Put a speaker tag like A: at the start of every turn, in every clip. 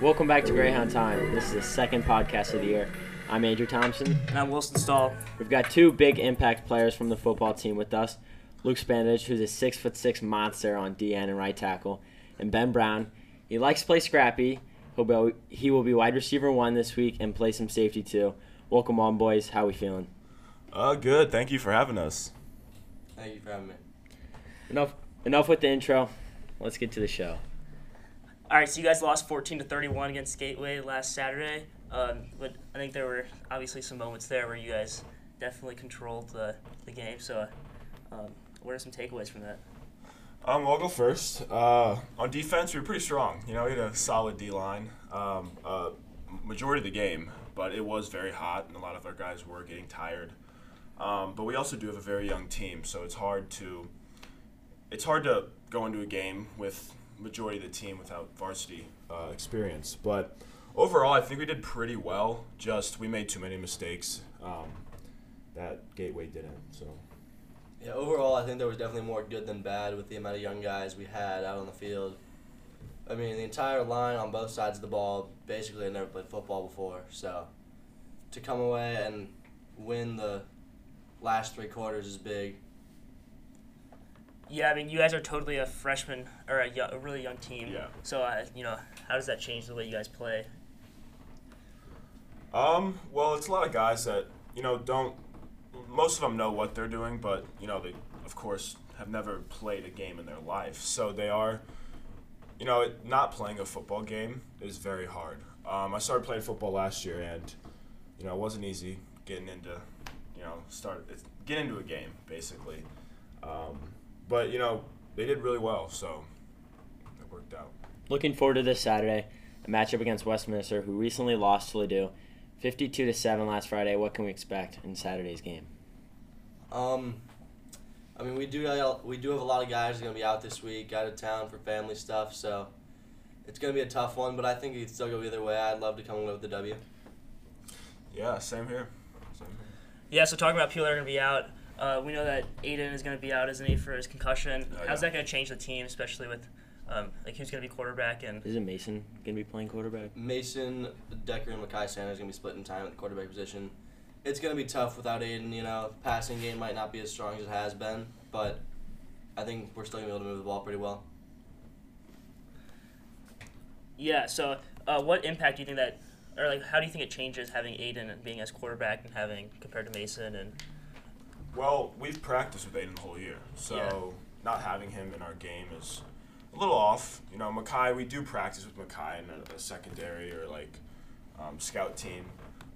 A: Welcome back to Greyhound Time. This is the second podcast of the year. I'm Andrew Thompson.
B: And I'm Wilson Stahl.
A: We've got two big impact players from the football team with us Luke Spandage, who's a six foot six monster on DN and right tackle, and Ben Brown. He likes to play scrappy. He'll be, he will be wide receiver one this week and play some safety too. Welcome on, boys. How we feeling?
C: Uh, good. Thank you for having us.
D: Thank you for having me.
A: Enough, enough with the intro. Let's get to the show.
B: All right, so you guys lost 14 to 31 against Gateway last Saturday. Um, but I think there were obviously some moments there where you guys definitely controlled the, the game. So, um, what are some takeaways from that?
C: Um, I'll go first. Uh, on defense, we were pretty strong. You know, we had a solid D line um, uh, majority of the game, but it was very hot, and a lot of our guys were getting tired. Um, but we also do have a very young team, so it's hard to it's hard to go into a game with majority of the team without varsity uh, experience. But overall, I think we did pretty well. Just we made too many mistakes um, that Gateway didn't. So
D: Yeah, overall, I think there was definitely more good than bad with the amount of young guys we had out on the field. I mean, the entire line on both sides of the ball basically had never played football before, so to come away and win the last three quarters is big.
B: Yeah, I mean, you guys are totally a freshman or a, yo- a really young team.
C: Yeah.
B: So, uh, you know, how does that change the way you guys play?
C: Um, well, it's a lot of guys that you know don't. Most of them know what they're doing, but you know they, of course, have never played a game in their life. So they are, you know, it- not playing a football game is very hard. Um, I started playing football last year, and you know it wasn't easy getting into, you know, start it's, get into a game basically. Um, but you know they did really well, so it worked out.
A: Looking forward to this Saturday, a matchup against Westminster, who recently lost to Ladue, 52 to 7 last Friday. What can we expect in Saturday's game?
D: Um, I mean, we do we do have a lot of guys going to be out this week, out of town for family stuff, so it's going to be a tough one, but I think it could still go either way. I'd love to come away with the W.
C: Yeah, same here. Same here.
B: Yeah, so talking about people that are going to be out, uh, we know that Aiden is going to be out, isn't he, for his concussion?
C: Oh,
B: How's
C: yeah.
B: that going to change the team, especially with um, like who's going to be quarterback and
A: Isn't Mason going to be playing quarterback?
D: Mason, Decker, and Makai Sanders going to be splitting time at the quarterback position. It's going to be tough without Aiden. You know, passing game might not be as strong as it has been, but I think we're still going to be able to move the ball pretty well.
B: Yeah. So, uh, what impact do you think that, or like, how do you think it changes having Aiden and being as quarterback and having compared to Mason and
C: Well, we've practiced with Aiden the whole year, so not having him in our game is a little off. You know, Makai, we do practice with Makai in a, a secondary or like um, scout team,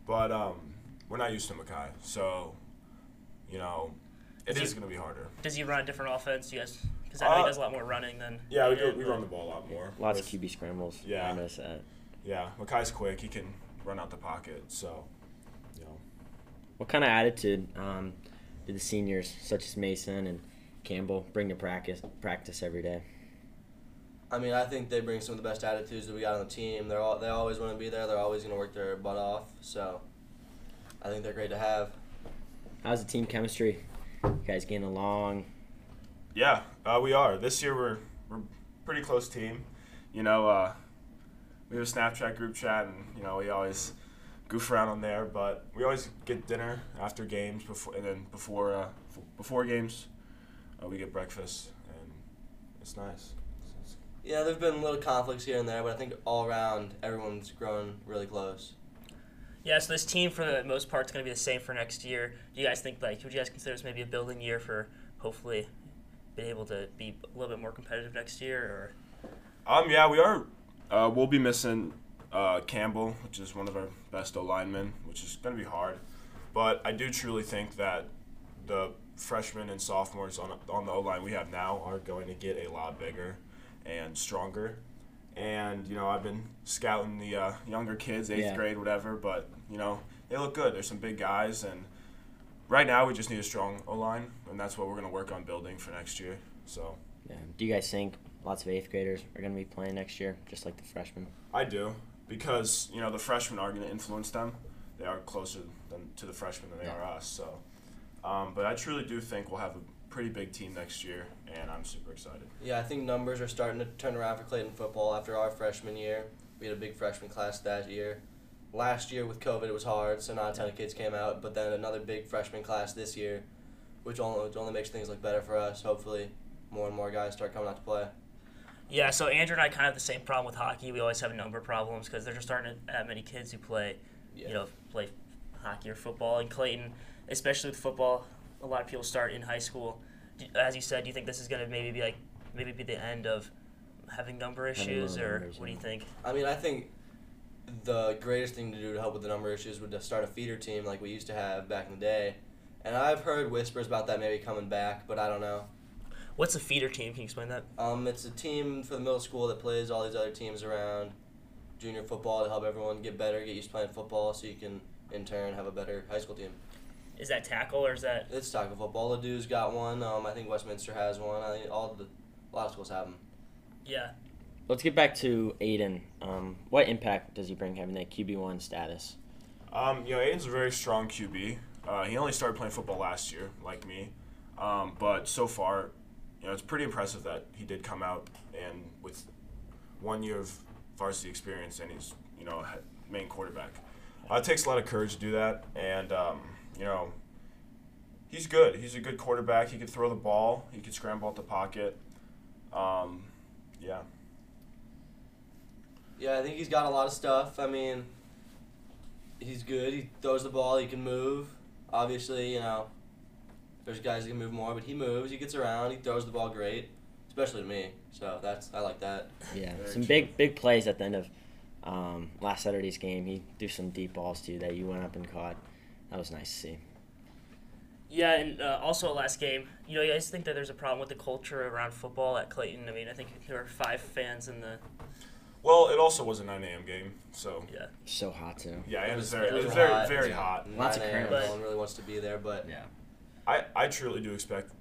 C: but um, we're not used to Makai, so you know, it
B: Does
C: is
B: he-
C: going to be harder.
B: does he run a different offense? Do you guys, because I know he
C: Uh,
B: does a lot more running than
C: Yeah, we do.
B: Aiden,
C: We
B: but-
C: run the ball a lot more.
A: Lots of
C: with-
A: QB scrambles.
C: Yeah.
A: I noticed that.
C: Yeah, Makai's quick. He can run out the pocket, so you know.
A: What kind of attitude um, did the seniors, such as Mason and Campbell, bring to practice practice every day?
D: I mean, I think they bring some of the best attitudes that we got on the team. They're all, they always want to be there. They're always going to work their butt off. So I think they're great to have.
A: How's the team chemistry? You guys getting along?
C: Yeah, uh, we are. This year we're we're a pretty close team. You know, uh, we have a Snapchat group chat, and you know we always goof around on there. But we always get dinner after games before, and then before uh, f- before games, uh, we get breakfast, and it's nice. It's-
D: Yeah, there's been little conflicts here and there, but I think all around everyone's grown really close.
B: Yeah, so this team for the most part is going to be the same for next year. Do you guys think like would you guys consider this maybe a building year for hopefully being able to be a little bit more competitive next year? Or
C: Um, yeah, we are. Uh, we'll be missing uh, Campbell, which is one of our best O linemen, which is going to be hard. But I do truly think that the freshmen and sophomores on, on the O line we have now are going to get a lot bigger and stronger. And, you know, I've been scouting the uh, younger kids, eighth
A: Yeah.
C: grade, whatever, but, you know, they look good. There's some big guys. And right now, we just need a strong O line, and that's what we're going to work on building for next year. So.
A: Yeah. Do you guys think lots of eighth graders are going to be playing next year, just like the freshmen?
C: I do because you know the freshmen are going to influence them. They are closer than, to the freshmen than they
A: Yeah.
C: are us. So, um, but I truly do think we'll have a pretty big team next year, and I'm super excited.
D: Yeah, I think numbers are starting to turn around for Clayton football after our freshman year. We had a big freshman class that year. Last year with COVID, it was hard, so not a ton of kids came out. But then another big freshman class this year, which only, which only makes things look better for us. Hopefully, more and more guys start coming out to play.
B: Yeah, so Andrew and I kind of have the same problem with hockey. We always have number problems because there just aren't that many kids who play, you know, play hockey or football. And Clayton, especially with football, a lot of people start in high school. Do, as you said, do you think this is going to maybe be like maybe be the end of having number
A: Having
B: issues,
A: low
B: or
A: numbers,
B: what do you
A: yeah.
B: think?
D: I mean, I think the greatest thing to do to help with the number issues would to start a feeder team like we used to have back in the day. And I've heard whispers about that maybe coming back, but I don't know.
B: What's a feeder team? Can you explain that?
D: Um, it's a team for the middle school that plays all these other teams around junior football to help everyone get better, get used to playing football, so you can in turn have a better high school team.
B: Is that tackle or is that
D: It's tackle football. Ladou's got one. Um, I think Westminster has one. I think all the a lot of schools have them.
B: yeah?
A: Let's get back to Aiden. Um, what impact does he bring having that QB one status?
C: Um, you know, Aiden's a very strong QB. Uh, he only started playing football last year, like me. Um, but so far, you know, it's pretty impressive that he did come out and with one year of varsity experience, and he's you know ha- main quarterback. Uh, it takes a lot of courage to do that, and um, you know, he's good. He's a good quarterback. He could throw the ball. He could scramble at the pocket. Um, yeah.
D: Yeah, I think he's got a lot of stuff. I mean, he's good. He throws the ball. He can move. Obviously, you know, there's guys that can move more, but he moves. He gets around. He throws the ball great, especially to me. So that's I like that.
A: Yeah,
C: Very
A: some
C: true.
A: big big plays at the end of um, last Saturday's game. He threw some deep balls to you that you went up and caught. That was nice to see.
B: Yeah, and uh, also last game, you know, you guys think that there's a problem with the culture around football at Clayton. I mean, I think there were five fans in the
C: Well, it also was a 9 a.m. game, so
B: yeah.
A: So hot too.
C: yeah, it was
D: was-
C: very,
B: it
C: it
B: was
C: was very,
D: hot.
C: very hot.
A: Lots of
D: 9 a.m.,
B: crowds.
D: No one really wants to be there, but
A: Yeah.
C: I, I truly do expect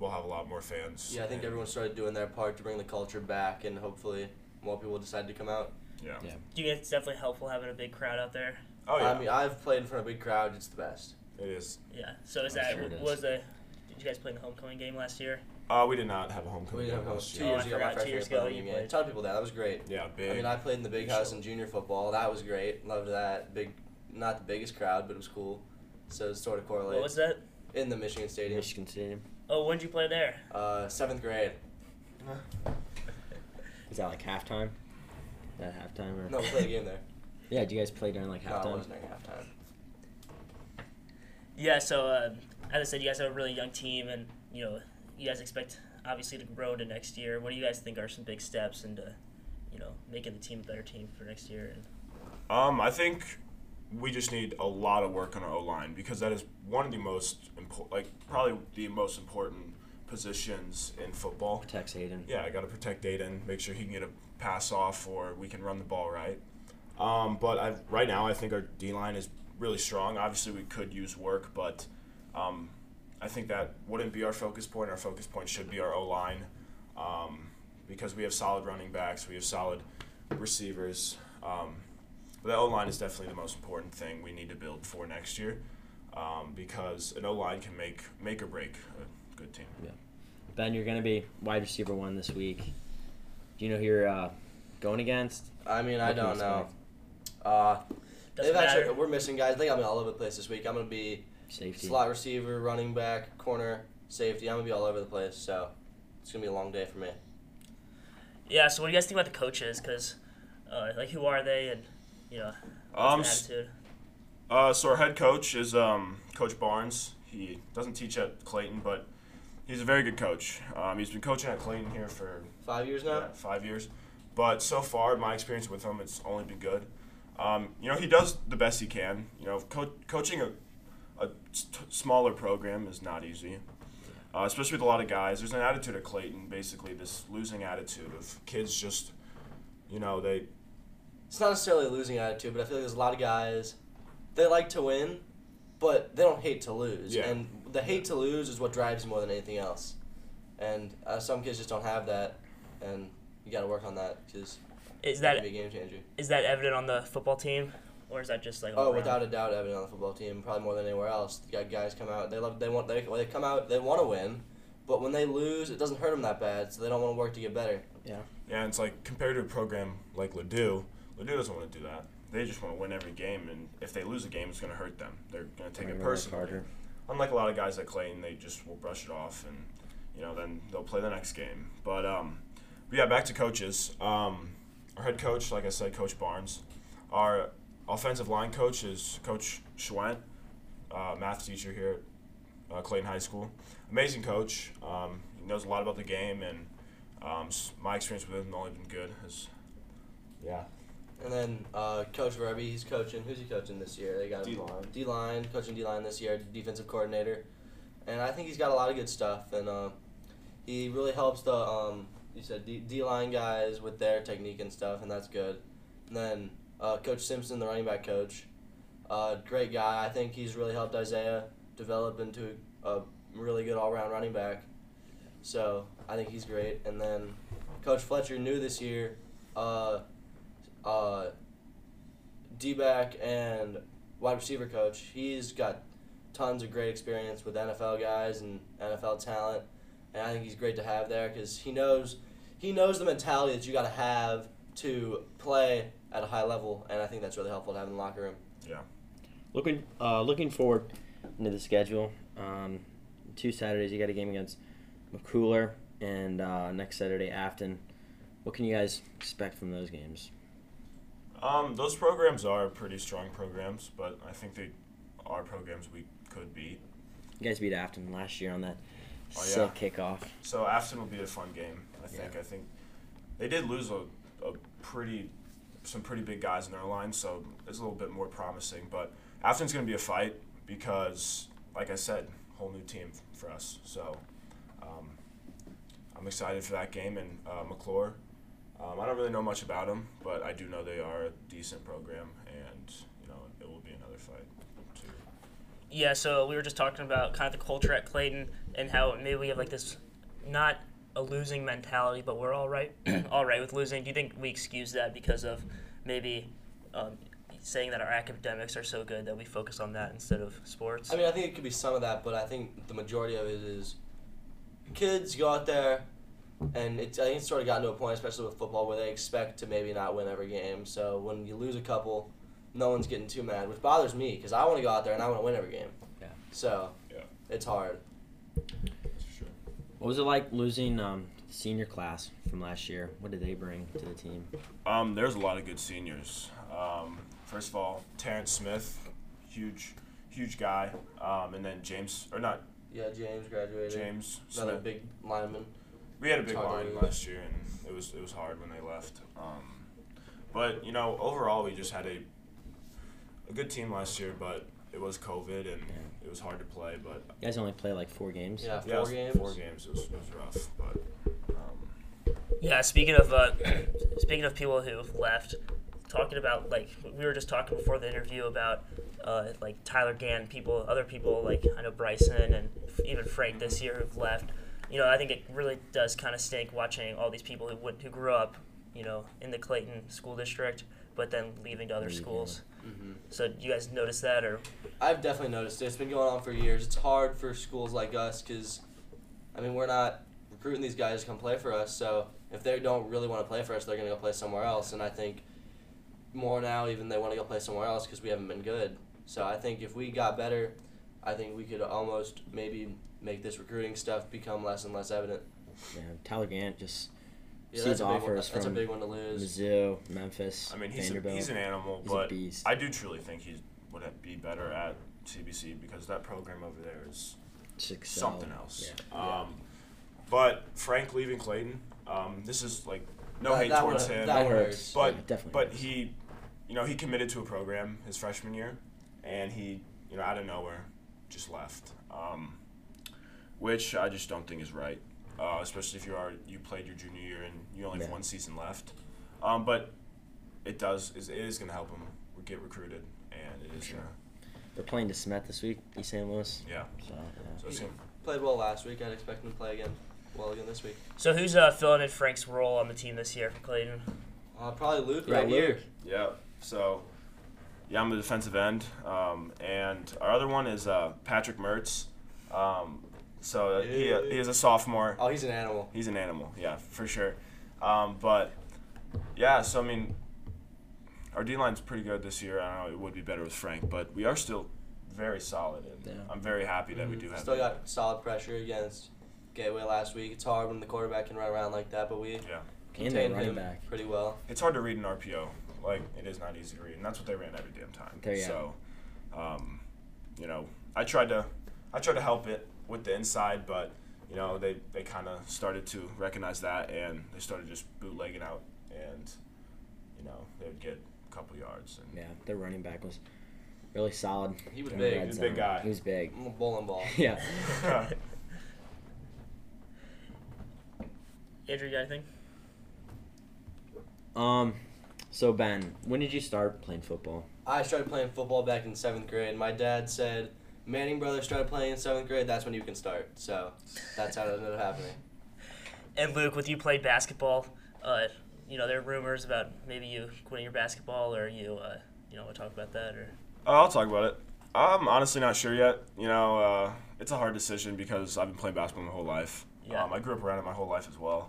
C: we'll have a lot more fans.
D: yeah, I think
C: And,
D: everyone started doing their part to bring the culture back, and hopefully more people decide to come out.
C: Yeah.
A: Yeah.
B: Do you think it's definitely helpful having a big crowd out there?
C: Oh yeah,
D: I mean, I've played in front of a big crowd. It's the best.
C: it is.
B: Yeah. So is
A: I'm
B: that
A: sure it is.
B: was the did you guys play in the homecoming game last year?
C: Uh, we did not have a homecoming.
D: We didn't have
C: game
D: a-
C: last
D: two
B: Oh, I
C: year.
D: years ago. My
B: forgot, two
D: freshman
B: years
D: year,
B: ago
D: played
B: you
D: in the game.
B: played.
D: A ton of people there. That was great.
C: Yeah, big.
D: I mean, I played in the big house in junior football. That was great. Loved that. Big, not the biggest crowd, but it was cool. So it sort of correlates.
B: What was that?
D: In the Michigan Stadium,
A: Michigan Stadium.
B: Oh, when did you play there?
D: uh, seventh grade.
A: Is that like halftime? Is that halftime or?
D: No, we played a game there.
A: Yeah. Did you guys play during like
D: no, it
A: halftime?
D: wasn't during halftime.
B: Yeah. So uh, as I said, you guys have a really young team, and you know you guys expect obviously to grow into next year. What do you guys think are some big steps into you know making the team a better team for next year? And
C: Um, I think we just need a lot of work on our O line because that is one of the most important, like probably the most important positions in football.
A: Protects Aiden.
C: Yeah, I got to protect Aiden, make sure he can get a pass off or we can run the ball right. Um, but I, right now, I think our D line is really strong. Obviously, we could use work, but um, I think that wouldn't be our focus point. Our focus point should be our O line um, because we have solid running backs, we have solid receivers. Um, but the O line is definitely the most important thing we need to build for next year um, because an O line can make make or break a good team.
A: Ben, you're gonna be wide receiver one this week. Do you know who you're uh, going against?
D: I mean, I
A: What can we
D: don't know.
A: expect?
D: Uh,
B: doesn't
D: they've actually-
B: matter.
D: we're missing guys. I think I'm in all over the place this week. I'm gonna be
A: Safety.
D: slot receiver, running back, corner, safety. I'm gonna be all over the place. So it's gonna be a long day for me.
B: Yeah. So what do you guys think about the coaches? Because uh, like who are they, and you know what's
C: Um,
B: their attitude?
C: Uh, so our head coach is um, Coach Barnes. He doesn't teach at Clayton, but he's a very good coach. Um, he's been coaching at Clayton here for
D: Five years now.
C: yeah, five years, but so far my experience with him it's only been good. Um, you know, he does the best he can. You know, co- coaching a, a s- t- smaller program is not easy, uh, especially with a lot of guys. There's an attitude at Clayton, basically this losing attitude of kids just, you know, they
D: it's not necessarily a losing attitude, but I feel like there's a lot of guys they like to win, but they don't hate to lose.
C: Yeah.
D: And the hate to lose is what drives you more than anything else. And uh, some kids just don't have that, and you got to work on that because
B: Is
D: that
B: that
D: can be a game changer.
B: Is that evident on the football team, or is that just like? all
D: Oh,
B: around?
D: without a doubt, Evan on the football team, probably more than anywhere else. The guy- guys come out, they love, they want, they, they come out, they want to win, but when they lose, it doesn't hurt them that bad, so they don't want to work to get better.
C: Yeah, and it's like compared to a program like Ladue, Purdue doesn't want to do that. They just want to win every game, and if they lose a game, it's going to hurt them. They're going to take
A: Running
C: it
A: a lot
C: personally.
A: harder.
C: Unlike a lot of guys at Clayton, they just will brush it off, and you know then they'll play the next game. But um, but yeah, back to coaches. Um, our head coach, like I said, Coach Barnes. Our offensive line coach is Coach Schwent, uh, math teacher here at uh, Clayton High School. Amazing coach. Um, he knows a lot about the game, and um, s- my experience with him has only been good. Is yeah,
D: And then uh, Coach Verbe, he's coaching. Who's he coaching this year? They got him-
C: D-line.
D: D-line, coaching D-line this year, defensive coordinator. And I think he's got a lot of good stuff. And uh, he really helps the, um, you said, D- D-line guys with their technique and stuff, and that's good. And then uh, Coach Simpson, the running back coach, uh, great guy. I think he's really helped Isaiah develop into a really good all-round running back. So I think he's great. And then Coach Fletcher, new this year, uh, uh, D back and wide receiver coach. He's got tons of great experience with NFL guys and NFL talent, and I think he's great to have there because he knows he knows the mentality that you got to have to play at a high level, and I think that's really helpful to have in the locker room.
C: yeah.
A: Looking uh, looking forward into the schedule. Um, two Saturdays you got a game against McCooler and uh, next Saturday Afton. What can you guys expect from those games?
C: Um, those programs are pretty strong programs, but I think they are programs we could beat.
A: You guys beat Afton last year on that
C: Oh,
A: sick kickoff.
C: So Afton will be a fun game. I think.
A: Yeah.
C: I think they did lose a, a pretty some pretty big guys in their line, so it's a little bit more promising. But Afton's going to be a fight because, like I said, whole new team for us. So um, I'm excited for that game and uh, McClure. Um, I don't really know much about them, but I do know they are a decent program, and you know it will be another fight. Too.
B: Yeah, so we were just talking about kind of the culture at Clayton and how maybe we have like this not a losing mentality, but we're all right, all right with losing. Do you think we excuse that because of maybe um, saying that our academics are so good that we focus on that instead of sports?
D: I mean, I think it could be some of that, but I think the majority of it is kids go out there, and it's, I think it's sort of gotten to a point, especially with football, where they expect to maybe not win every game. So when you lose a couple, no one's getting too mad, which bothers me because I want to go out there and I want to win every game.
A: Yeah.
D: So
C: Yeah.
D: it's hard.
C: That's for sure.
A: What was it like losing um, senior class from last year? What did they bring to the team?
C: Um, there's a lot of good seniors. Um, first of all, Terrence Smith, huge, huge guy, um, and then James or not
D: Yeah, James graduated.
C: James
D: Another
C: Smith.
D: big lineman.
C: We had a big
D: Tyler
C: line
D: Lewis.
C: last year, and it was it was hard when they left. Um, but you know, overall, we just had a a good team last year, but it was COVID and
A: Yeah.
C: it was hard to play. But
A: You guys only play like four games.
D: Yeah,
C: yeah, it
D: four
C: was
D: games.
C: four games. It was, it was rough, but um,
B: Yeah, speaking of uh, speaking of people who have left, talking about like we were just talking before the interview about uh, like Tyler Gann, people, other people like I know Bryson and even Frank this year who've left. You know, I think it really does kind of stink watching all these people who would who grew up, you know, in the Clayton school district, but then leaving to other
A: Leaving.
B: schools.
D: Mhm.
B: So do you guys notice that or
D: I've definitely noticed it. It's been going on for years. It's hard for schools like us because, I mean, we're not recruiting these guys to come play for us. So if they don't really want to play for us, they're going to go play somewhere else. And I think more now, even they want to go play somewhere else because we haven't been good. So I think if we got better, I think we could almost maybe make this recruiting stuff become less and less evident.
A: Yeah, Tyler Gant just
D: Yeah,
A: sees
D: that's a big one.
A: offers
D: That's a
A: from
D: big one to lose.
A: Mizzou, Memphis,
C: I mean, he's a,
A: Vanderbilt.
C: he's an animal,
A: He's a
C: but
A: beast.
C: I do truly think he would be better at CBC because that program over there is.
A: Six,
C: something
A: seven.
C: else.
A: Yeah.
C: Um, but Frank leaving Clayton, um, this is like no
D: That-
C: hate
D: that
C: towards
D: one-
C: him,
D: that
A: That
D: one
A: hurts.
C: but
A: Yeah, it definitely
C: but
A: hurts.
C: he, you know, he committed to a program his freshman year, and he, you know, out of nowhere, just left, um, which I just don't think is right, uh, especially if you are you played your junior year and you only have
A: Yeah.
C: one season left, um, but it does is it is gonna help him get recruited, and it is
A: Sure.
C: gonna
A: They're playing to Smet this week, East St. Louis.
C: yeah.
A: So,
C: So it's gonna,
D: Played well last week. I'd expect him to play again well again this week.
B: so who's uh, filling in Frank's role on the team this year for Clayton?
D: Uh, probably Luke
A: Yeah,
D: right here.
C: Yeah. So, yeah, I'm the defensive end, um, and our other one is uh, Patrick Mertz. Um, so uh, he, he is a sophomore.
D: Oh, he's an animal.
C: He's an animal, yeah, for sure. Um, but yeah, so I mean, our D line's pretty good this year. I know it would be better with Frank, but we are still very solid, and
A: Yeah.
C: I'm very happy that we do have.
D: Mm. Mm-hmm. Still
C: that.
D: got solid pressure against Gateway last week. It's hard when the quarterback can run around like that, but we
C: Yeah.
A: And their
D: contained
A: running
D: him
A: back.
D: pretty well.
C: It's hard to read an RPO. Like it is not easy to read, and that's what they ran every damn time.
A: There you
C: so, um, you know, I tried to, I tried to help it with the inside, but you know they they kind of started to recognize that, and they started just bootlegging out, and you know they would get a couple yards, and
A: Yeah, their running back was really solid.
D: He was
A: in the
D: big.
A: red
C: He was a
A: zone.
C: big guy.
A: He was big.
D: I'm a bowling ball.
A: yeah.
B: Andrew, you got anything?
A: Um. So Ben, when did you start playing football?
D: I started playing football back in seventh grade. My dad said Manning brothers started playing in seventh grade. That's when you can start. So that's how it ended up happening.
B: And Luke, with you played basketball, uh, you know there are rumors about maybe you quitting your basketball, or you, uh, you know, want to talk about that, or
C: Uh, I'll talk about it. I'm honestly not sure yet. You know, uh, it's a hard decision because I've been playing basketball my whole life.
B: Yeah.
C: Um, I grew up around it my whole life as well.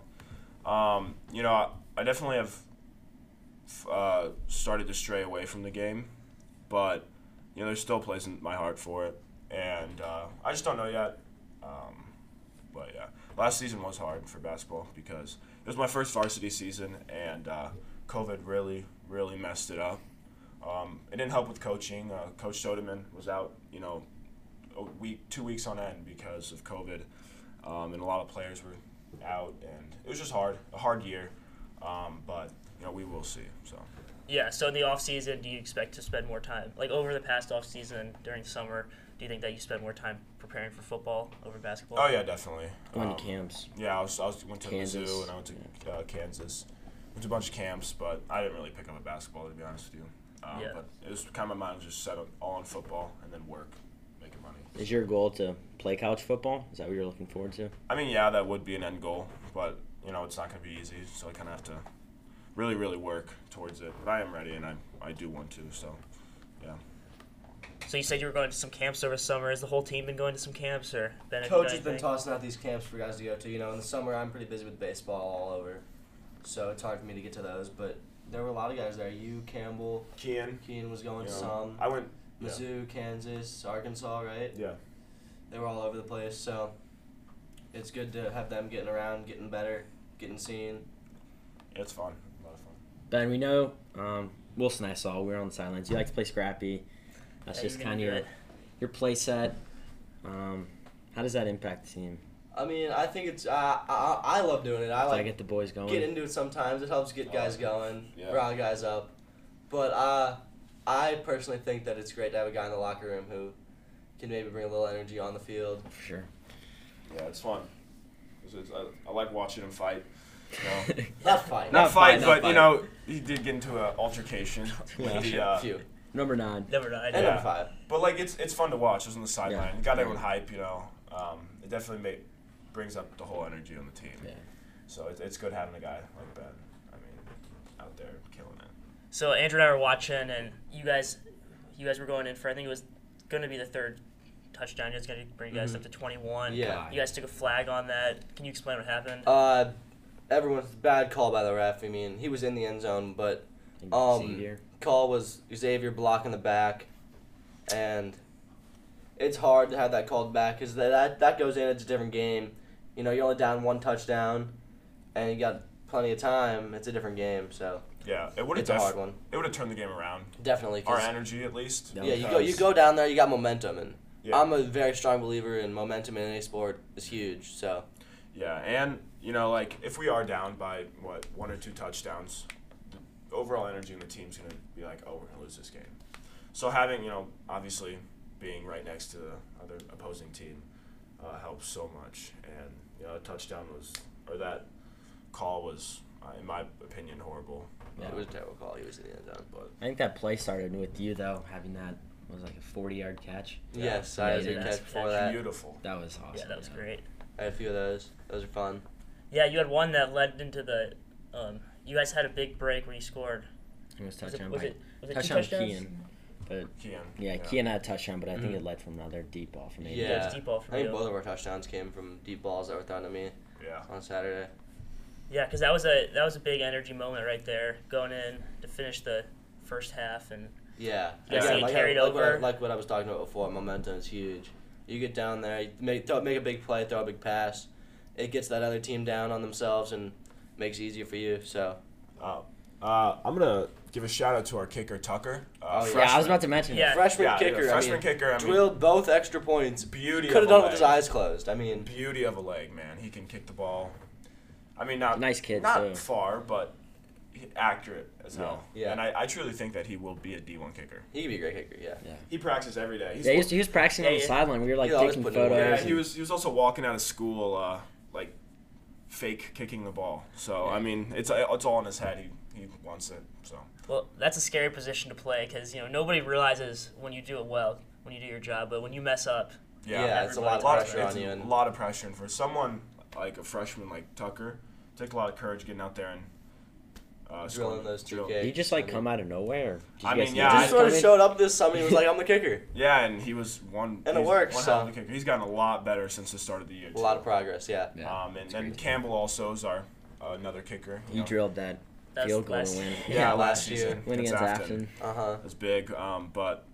C: Um, you know, I, I definitely have f- uh, started to stray away from the game, but you know, there's still place in my heart for it, and uh, I just don't know yet. Um, but yeah, last season was hard for basketball because it was my first varsity season, and uh, COVID really, really messed it up. Um, it didn't help with coaching. Uh, Coach Soderman was out, you know, a week, two weeks on end because of COVID, um, and a lot of players were out, and it was just hard, a hard year. Um, but you know, we will see. So
B: yeah. So in the off season, do you expect to spend more time, like over the past off season during summer? Do you think that you spend more time preparing for football over basketball?
C: oh yeah, definitely.
A: Going
C: Um,
A: to camps.
C: Yeah, I was, I was went to
A: Kansas.
C: Mizzou and I went to uh, Kansas. Went to a bunch of camps, but I didn't really pick up a basketball to be honest with you. Um,
B: Yeah.
C: But it was kind of my mind was just set on all on football and then work, making money.
A: Is your goal to play college football? Is that what you're looking forward to?
C: I mean, yeah, that would be an end goal, but you know, it's not going to be easy. So I kind of have to really, really work towards it. But I am ready, and I I do want to. So
B: So you said you were going to some camps over summer. Has the whole team been going to some camps, or Ben? have you
D: Coach
B: done
D: has been
B: anything?
D: tossing out these camps for guys to go to. You know, in the summer I'm pretty busy with baseball all over, so it's hard for me to get to those. But there were a lot of guys there. You, Campbell,
C: Kian,
D: Keenan was going
C: you
D: to
C: know,
D: some.
C: I went. yeah.
D: Mizzou, Kansas, Arkansas, right?
C: Yeah.
D: They were all over the place, so it's good to have them getting around, getting better, getting seen.
C: It's fun. A lot of fun.
A: Ben, we know um, Wilson. I saw we were on the sidelines. You like to play scrappy. That's
B: Yeah,
A: just
B: you can
A: kind of
B: do
A: your
B: it.
A: your play set. Um, how does that impact the team?
D: I mean, I think it's uh, I, I I love doing it. I
A: Does that
D: like
A: get the boys going?
D: get into it sometimes. It helps get guys going,
C: Oh, Yeah.
D: rile guys up. But uh, I personally think that it's great to have a guy in the locker room who can maybe bring a little energy on the field.
A: For sure.
C: Yeah, it's fun. It's, it's, I, I like watching him fight. You know.
D: Not fight.
A: Not
C: not,
A: fight,
C: fight,
A: not
C: but
A: fight.
C: you know, he did get into an altercation. with the, uh,
D: Few.
A: Number nine.
B: Never know. I
D: And
B: know.
D: I'm five.
C: But like, it's it's fun to watch. It was on the sideline.
A: Yeah.
C: It got everyone hype. You know, um, it definitely make, brings up the whole energy on the team.
A: Yeah.
C: So it's it's good having a guy like Ben. I mean, out there killing it.
B: So Andrew and I were watching, and you guys, you guys were going in for I think it was going to be the third touchdown. It was going to bring you guys
A: Mm-hmm.
B: up to twenty one.
D: Yeah.
B: You guys took a flag on that. Can you explain what happened?
D: Uh, everyone's bad call by the ref. I mean, he was in the end zone, but Um,
A: Xavier.
D: call was Xavier blocking the back, and it's hard to have that called back because that that goes in. It's a different game. You know, you're only down one touchdown, and you got plenty of time. It's a different game, so
C: Yeah, it would have
D: it's a hard one.
C: it would have turned the game around.
D: Definitely. 'cause-
C: Our energy, at least.
A: Yeah,
D: yeah, you go you go down there. You got momentum, and
C: Yeah.
D: I'm a very strong believer in momentum in any sport is huge. So
C: Yeah, and you know, like if we are down by what one or two touchdowns, the overall energy in the team's gonna be like, oh, we're gonna lose this game. So having you know, obviously being right next to the other opposing team uh, helps so much, and you know, a touchdown was or that call was, uh, in my opinion, horrible.
A: Yeah.
D: it was a terrible call. He was in the end zone, but
A: I think that play started with you though having that was like a 40 yard catch.
C: Yeah.
D: yes, I had a
A: Amazing.
D: big
B: That's
D: catch before that.
C: Beautiful.
A: That was awesome.
B: yeah, that was great.
D: I had a few of those. Those are fun.
B: Yeah, you had one that led into the. Um, you guys had a big break where you scored.
A: It was
B: Was it,
A: touchdown.
B: was
A: by-
B: it, was it two
A: touchdown
B: touchdowns?
A: Kean. But
C: Kian.
A: yeah, Kean had a touchdown, but I think it led from another deep ball from maybe.
B: Yeah, it was
D: Yeah.
B: deep ball
D: I
B: for
D: think
B: you.
D: both of our touchdowns came from deep balls that were thrown to me
C: Yeah.
D: on Saturday.
B: Yeah, because that was a that was a big energy moment right there, going in to finish the first half, and
D: Yeah.
B: Yeah,
D: Again,
B: so you
D: like,
B: carried
D: I, like What I,
B: over.
D: like what I was talking about before, momentum is huge. You get down there, you make throw, make a big play, throw a big pass. It gets that other team down on themselves and makes it easier for you. So
C: Uh, I'm gonna give a shout out to our kicker Tucker. Uh,
D: Oh, yeah.
C: freshman.
A: Yeah, I was about to mention
B: Yeah.
A: yeah.
D: freshman
C: Yeah,
D: kicker,
C: freshman
D: I mean,
C: kicker, I mean-
D: drilled both extra points.
C: beauty. of
D: Could have
C: a
D: done it with his
C: leg.
D: eyes closed. I mean,
C: Beauty of a leg, man. He can kick the ball. I mean, not
A: Nice kid,
C: not
A: too.
C: far, but he- accurate as hell.
D: Yeah. Yeah.
C: And I, I truly think that he will be a D1 kicker.
D: he could be a great kicker. Yeah.
C: He practices every day. He's
A: Yeah, he was, he was practicing on
B: Yeah,
A: the
B: yeah.
A: sideline. We were like
D: He always
A: taking
D: put
A: photos.
D: it in there.
C: Yeah,
A: and-
C: he was. He was also walking out of school, uh, like fake kicking the ball. So I mean, it's it's all in his head. He he wants it. So
B: well, that's a scary position to play because you know nobody realizes when you do it well, when you do your job, but when you mess up,
C: yeah,
D: Yeah, it's a lot of
C: lot
D: pressure
C: it's
D: on you.
C: A
D: And
C: lot of pressure, and for someone like a freshman like Tucker, it took a lot of courage getting out there and uh, scoring-
D: those two
C: drill-
D: kicks.
A: Did he just like
D: I mean-
A: come out of nowhere? Did
C: I
A: you guys
C: mean,
A: know
C: yeah,
A: he
C: I-
D: just
A: was
D: sort of
A: coming?
D: showed up this summer. He was like, "I'm the kicker."
C: Yeah, and he was one.
D: And it
C: he's
D: works,
C: One hell of
D: so-
C: a kicker. He's gotten a lot better since the start of the year.
D: A
C: Too.
D: lot of progress. Yeah.
A: Yeah,
C: Um, and
A: it's
C: then
A: crazy.
C: Campbell also is our uh, another kicker. you
A: He
C: know.
A: drilled that
B: that's
A: field
B: the
A: goal to
B: last.
A: win.
C: Yeah,
D: Yeah,
C: last,
D: last year.
C: season
A: Win against Afton.
D: Uh huh.
C: That's big. Um, but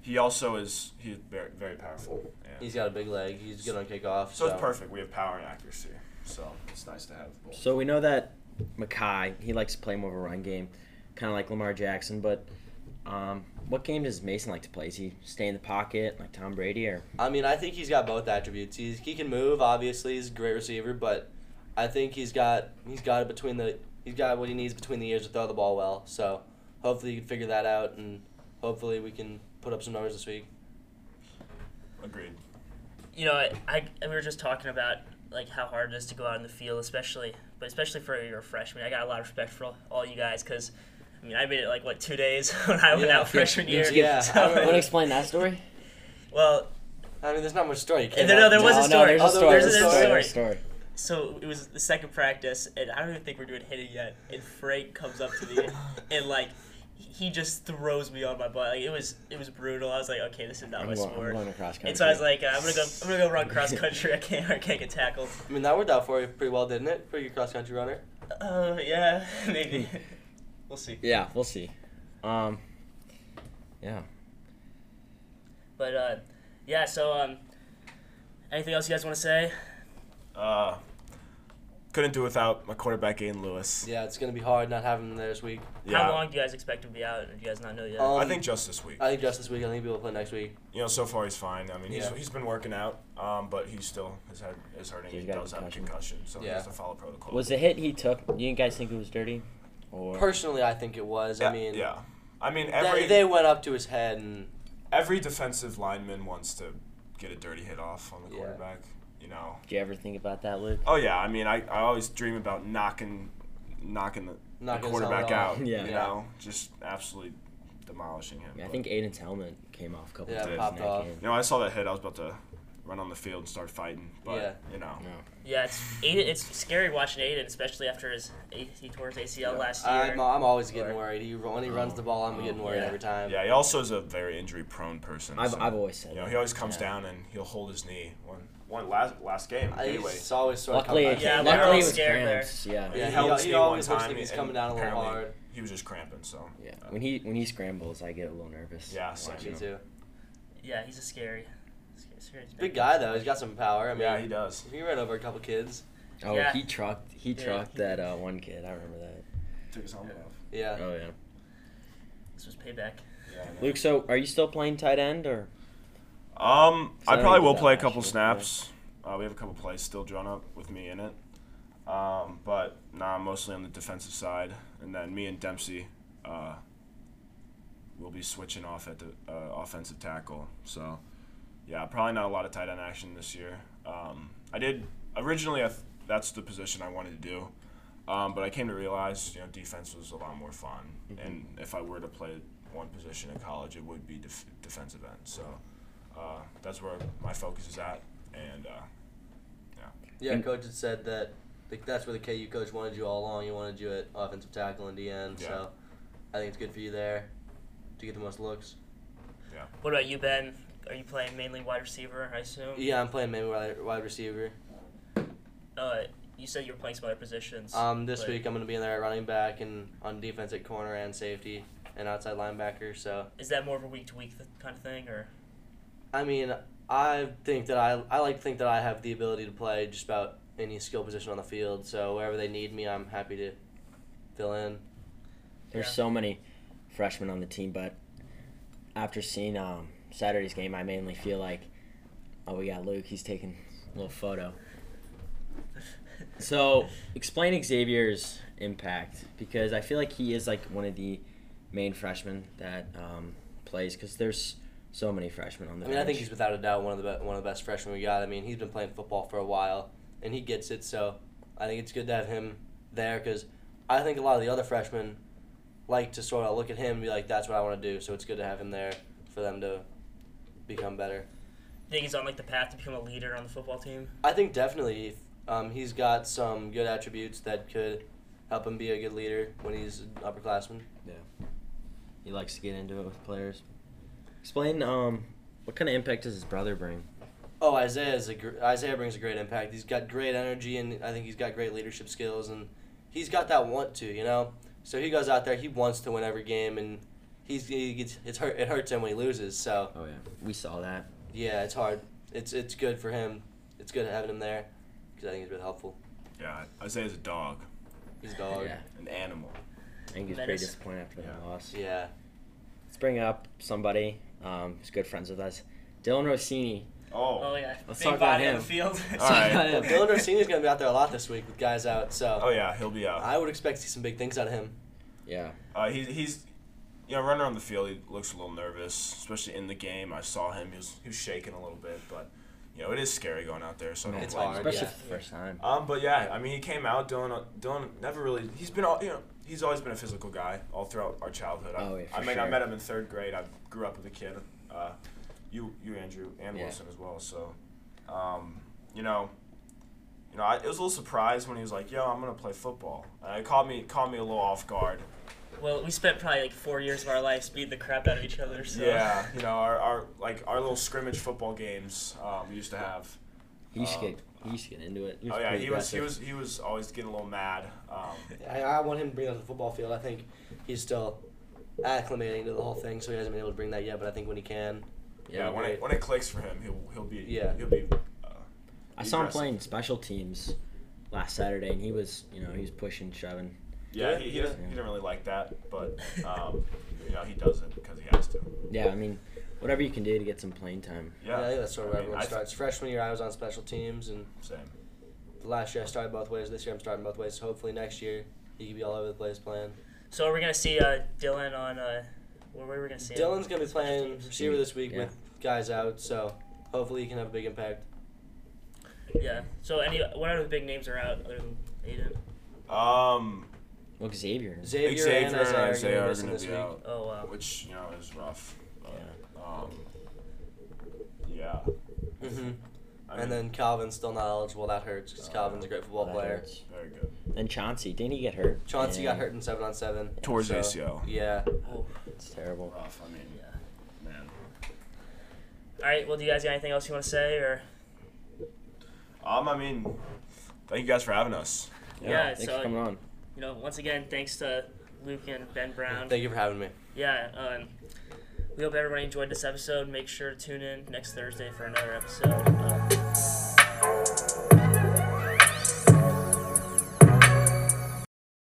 C: he also is he's very very powerful. Yeah.
D: He's got a big leg. He's good on kickoff.
C: so, it's perfect. We have power and accuracy. So it's nice to have both.
A: So we know that Mackay, he likes to play more of a run game, kind of like Lamar Jackson. But um, what game does Mason like to play? Is he stay in the pocket like Tom Brady, or
D: I mean, I think he's got both attributes. He's, he can move, obviously. He's a great receiver, but I think he's got he's got it between the he's got what he needs between the ears to throw the ball well. So hopefully you can figure that out, and hopefully we can put up some numbers this week.
C: Agreed.
B: you know, I, I we were just talking about like how hard it is to go out in the field, especially, but especially for your freshman. I got a lot of respect for all, all you guys because, I mean, I made it like what two days when I went
D: Yeah.
B: out freshman
A: Yeah.
B: year.
D: Yeah.
A: want
B: So,
A: to explain that story?
B: well,
D: I mean, there's not much story. You
B: And there- no, there was a
A: no,
B: story.
A: No, there's a
D: Oh,
A: story.
D: there
A: There's
D: was
A: a story.
D: a story.
A: There's a story.
B: so it was the second practice, and I don't even think we're doing hitting yet. And Frank comes up to me, and like. He just throws me on my butt. Like it was, it was brutal. I was like, okay, this is not
A: I'm
B: my
A: going, I'm
B: sport.
A: going across country.
B: And so I was like, uh, I'm gonna go, I'm gonna go run cross country. I can't, I can't get tackled.
D: I mean, that worked out for you pretty well, didn't it? Pretty good cross country runner.
B: Uh, yeah, maybe.
A: Hmm.
B: we'll see.
A: yeah, we'll see. Um, yeah.
B: But uh, yeah, so um, anything else you guys want to say?
C: Uh, couldn't do without my quarterback Aiden Lewis.
D: Yeah, it's gonna be hard not having him there this week.
B: How long do you guys expect him to be out? Do you guys not know yet?
D: Um,
C: I think just this week.
D: I think just this week. I think we'll play next week.
C: You know, so far he's fine. I mean, he's,
D: Yeah.
C: he's been working out, um, but he's still his head is hurting.
A: He's
C: he
A: got a
C: does have a concussion,
A: concussion.
C: so he
D: Yeah.
C: has to follow protocol.
A: Was the hit he took? You guys think it was dirty? Or
D: Personally, I think it was.
C: Yeah,
D: I mean,
C: yeah. I mean,
D: they-
C: every
D: they went up to his head and
C: every defensive lineman wants to get a dirty hit off on the
D: Yeah.
C: quarterback. You know.
A: do you ever think about that, Luke?
C: Oh yeah. I mean, I, I always dream about knocking knocking the, the
D: Knocking someone
C: quarterback
D: off.
C: out.
A: Yeah.
C: You
D: Yeah.
C: know, just absolutely demolishing him.
A: I
C: but-
A: think Aiden's helmet came off a couple
D: Yeah,
A: times
D: popped
A: in that
D: off.
A: game.
C: You know, I saw that hit. I was about to run on the field and start fighting, but
D: Yeah.
C: you know.
A: No.
B: yeah, it's Aiden, it's scary watching Aiden, especially after his A- he tore his ACL
C: Yeah.
B: last year.
D: I'm, I'm always getting
B: Or-
D: worried. He when he runs the ball, I'm getting worried
B: Yeah.
D: every time.
C: Oh. Yeah, he also is a very injury prone person.
A: I've,
C: so-
A: I've always said
C: You know,
A: that.
C: he always comes
A: Yeah.
C: down and he'll hold his knee. One, one last last game.
D: I,
C: anyway,
D: he's always sort of
A: Luckily,
D: coming back.
B: Yeah,
A: yeah,
B: I'm
A: luckily it
B: always
A: was
B: scared there.
A: cramps. Yeah.
D: Yeah,
C: he
D: he-
C: held his
D: he
C: knee
D: always
C: one
D: looks
C: time.
D: like he's
C: and
D: coming down a little
C: apparently
D: hard.
C: He was just cramping. So
A: Yeah. Uh, When he when he scrambles, I get a little nervous.
C: Yeah,
A: Watching
C: same.
A: him.
D: Me too.
B: yeah, he's a scary, scary, scary
D: Big guy though. He's got some power. I mean,
C: yeah, he does.
D: he ran over a couple kids.
A: Oh,
B: Yeah.
A: he trucked. He
B: Yeah,
A: trucked
B: he
A: that
B: did.
A: uh, one kid. I remember that.
C: Took his helmet off.
D: Yeah.
A: Oh yeah.
B: This was payback.
C: Yeah. I know.
A: Luke, so are you still playing tight end or?
C: Um,
A: So
C: I
A: that
C: probably
A: was
C: will
A: that
C: play a
A: last
C: couple
A: year,
C: snaps. Uh, we have a couple plays still drawn up with me in it. Um, but nah, I'm mostly on the defensive side, and then me and Dempsey, uh, will be switching off at the uh, offensive tackle. So, yeah, probably not a lot of tight end action this year. Um, I did originally. I th- that's the position I wanted to do. Um, but I came to realize, you know, defense was a lot more fun, and if I were to play one position in college, it would be def- defensive end. So uh, that's where my focus is at, and uh,
D: Yeah.
A: And-
D: coach had said that like, that's where the KU coach wanted you all along. He wanted you at offensive tackle and DN.
C: Yeah.
D: So I think it's good for you there to get the most looks.
B: What about you, Ben? Are you playing mainly wide receiver? I
C: Oh.
B: assume.
D: Yeah, I'm playing maybe wide wide receiver.
B: Uh, you said you were playing some other positions.
D: Um, this
B: But-
D: week I'm gonna be in there at running back and on defense at corner and safety, and outside linebacker. So
B: Is that more of a week to week kind of thing, or
D: I mean, I think that I I like to think that I have the ability to play just about any skill position on the field. So wherever they need me, I'm happy to fill in.
A: There's
B: Yeah.
A: so many freshmen on the team, but after seeing um, Saturday's game, I mainly feel like, oh, we got Luke. He's taking a little photo. So explain Xavier's impact because I feel like he is like one of the main freshmen that um, plays because there's so many freshmen on the
D: I mean, I think
A: bench.
D: he's without a doubt one of the be- one of the best freshmen we got. I mean, he's been playing football for a while, and he gets it. So I think it's good to have him there because I think a lot of the other freshmen like to sort of look at him and be like, "That's what I want to do." So it's good to have him there for them to become better.
B: you think he's on like the path to become a leader on the football team?
D: I think definitely if, um, he's got some good attributes that could help him be a good leader when he's an upperclassman.
A: he likes to get into it with players. Explain um, what kind of impact does his brother bring?
D: Oh, Isaiah is a gr- Isaiah brings a great impact. He's got great energy, and I think he's got great leadership skills, and he's got that want to, you know. So he goes out there, he wants to win every game, and he's he gets it's hurt it hurts him when he loses. So
A: Oh yeah, we saw that.
D: yeah, it's hard. It's it's good for him. It's good having him there because I think he's been helpful.
C: Yeah, Isaiah's a dog,
D: He's a dog.
A: Oh, Yeah,
C: an animal.
A: I think he's pretty
B: Menace.
A: disappointed after that
C: Yeah.
A: loss.
D: yeah.
A: Let's bring up somebody um, who's good friends with us, Dylan Rossini.
B: Oh
C: Oh.
B: yeah,
A: Let's
B: big
A: talk about
B: body on
A: him.
B: the field.
C: All right.
D: Well, Dylan Rossini's gonna be out there a lot this week with guys out, so
C: Oh yeah, he'll be out.
D: I would expect to see some big things out of him.
A: yeah,
C: Uh, he's he's you know running around the field. He looks a little nervous, especially in the game. I saw him. He was he was shaking a little bit, but you know it is scary going out there. So I don't
D: It's
C: blame
D: hard,
C: him.
A: Oh, especially
D: yeah.
A: for the first time.
C: Um, but yeah, I mean, he came out. Dylan, Dylan never really. He's been all you know. He's always been a physical guy all throughout our childhood. I,
A: Oh, yeah, for
C: I mean,
A: sure.
C: I met him in third grade. I grew up with the kid. Uh, you, you, Andrew, and
A: Yeah.
C: Wilson as well. So, um, you know, you know, I, it was a little surprised when he was like, "Yo, I'm gonna play football." Uh, it caught me, caught me a little off guard.
B: Well, we spent probably like four years of our lives beating the crap out of each other. So.
C: Yeah, you know, our, our like our little scrimmage football games um, we used to have.
A: He used to
C: um,
A: get, he used to get into it.
C: Oh yeah,
A: pretty
C: he was, he
A: aggressive.
C: was, he was always getting a little mad. Um,
D: I, I want him to bring that to the football field. I think he's still acclimating to the whole thing, so he hasn't been able to bring that yet. But I think when he can,
C: Yeah, when
D: right.
C: it when it clicks for him, he'll he'll be
D: Yeah.
C: he'll be. Uh,
A: I saw him
C: aggressive.
A: playing special teams last Saturday, and he was, you know, he was pushing, shoving.
C: Yeah, he, he, doesn't, he didn't really like that, but um, you know he does it because he has to.
A: Yeah, I mean, whatever you can do to get some playing time.
C: Yeah,
D: I think that's sort of where
C: I mean,
D: everyone
C: I-
D: starts. Freshman year, I was on special teams, and
C: Same.
D: the last year I started both ways. This year I'm starting both ways. So hopefully next year he could be all over the place playing.
B: So are we gonna see uh, Dylan on uh, where were we gonna see
D: Dylan's
B: him?
D: gonna be playing receiver this week
A: Yeah.
D: with guys out, so hopefully he can have a big impact.
B: Yeah. So any what other big names are out other than Aiden?
C: Um,
A: Well, Xavier.
D: Xavier,
C: Xavier
D: and
C: and
D: Isaiah,
C: Isaiah
D: are
C: are
D: going to be
C: going
D: missing
C: to
D: this
C: be
D: week.
C: out,
B: Oh wow.
C: which you know is rough. But, um, yeah.
D: hmm
C: I mean,
D: And then Calvin's still not eligible. That hurts because
C: Uh,
D: Calvin's a great football
A: That
D: player.
A: hurts.
C: very good.
A: And Chauncey, didn't he get hurt?
D: Chauncey got
A: Yeah,
D: hurt in seven on seven.
C: Towards
D: so,
C: ACL.
D: Yeah.
B: Oh.
A: It's terrible.
C: Rough. I mean,
B: Yeah.
C: man.
B: All right. Well, do you guys got anything else you want to say or?
C: Um, I mean, thank you guys for having us.
B: Yeah,
A: thanks
B: so-
A: for coming on.
B: you know, once again, thanks to Luke and Ben Brown.
D: Thank you for having me.
B: yeah, um, we hope everybody enjoyed this episode. Make sure to tune in next Thursday for another episode. Um,